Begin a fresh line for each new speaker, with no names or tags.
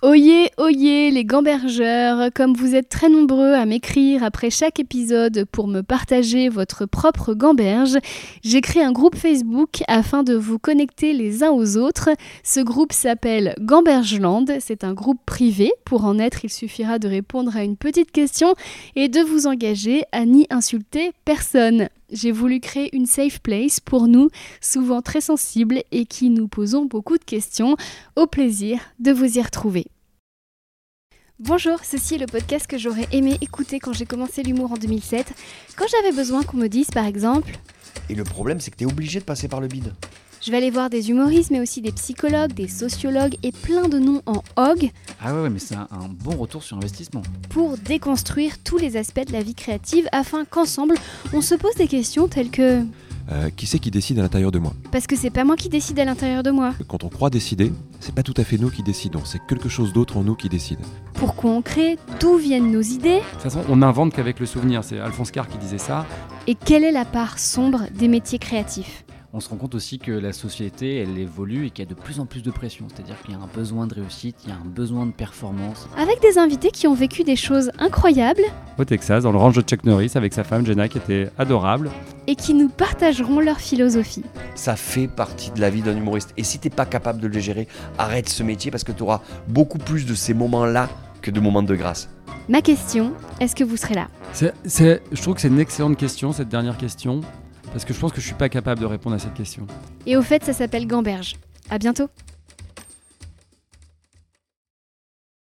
Oyez, oyez les gambergeurs, comme vous êtes très nombreux à m'écrire après chaque épisode pour me partager votre propre gamberge, j'ai créé un groupe Facebook afin de vous connecter les uns aux autres. Ce groupe s'appelle Gambergeland, c'est un groupe privé. Pour en être, il suffira de répondre à une petite question et de vous engager à n'y insulter personne. J'ai voulu créer une safe place pour nous, souvent très sensibles et qui nous posons beaucoup de questions. Au plaisir de vous y retrouver. Bonjour, ceci est le podcast que j'aurais aimé écouter quand j'ai commencé l'humour en 2007, quand j'avais besoin qu'on me dise par exemple
Et le problème, c'est que t'es obligé de passer par le bide.
je vais aller voir des humoristes mais aussi des psychologues, des sociologues et plein de noms en hog
Ah ouais, ouais, mais c'est un, un bon retour sur investissement.
pour déconstruire tous les aspects de la vie créative afin qu'ensemble on se pose des questions telles que
Euh, qui c'est qui décide à l'intérieur de moi
parce que c'est pas moi qui décide à l'intérieur de moi,
Quand on croit décider, c'est pas tout à fait nous qui décidons, c'est quelque chose d'autre en nous qui décide.
pourquoi on crée, d'où viennent nos idées
De toute façon, on n'invente qu'avec le souvenir. C'est Alphonse Carr qui disait ça.
et quelle est la part sombre des métiers créatifs.
on se rend compte aussi que la société, elle évolue et qu'il y a de plus en plus de pression. C'est-à-dire qu'il y a un besoin de réussite, il y a un besoin de performance.
Avec des invités qui ont vécu des choses incroyables
au Texas, dans le ranch de Chuck Norris, avec sa femme Jenna, qui était adorable.
et qui nous partageront leur philosophie.
Ça fait partie de la vie d'un humoriste. Et si t'es pas capable de le gérer, arrête ce métier parce que t'auras beaucoup plus de ces moments-là que de moments de grâce.
Ma question, est-ce que vous serez là
C'est- c'est- je trouve que c'est une excellente question, cette dernière question, parce que je pense que je suis pas capable de répondre à cette question.
Et au fait, ça s'appelle Gamberge. À bientôt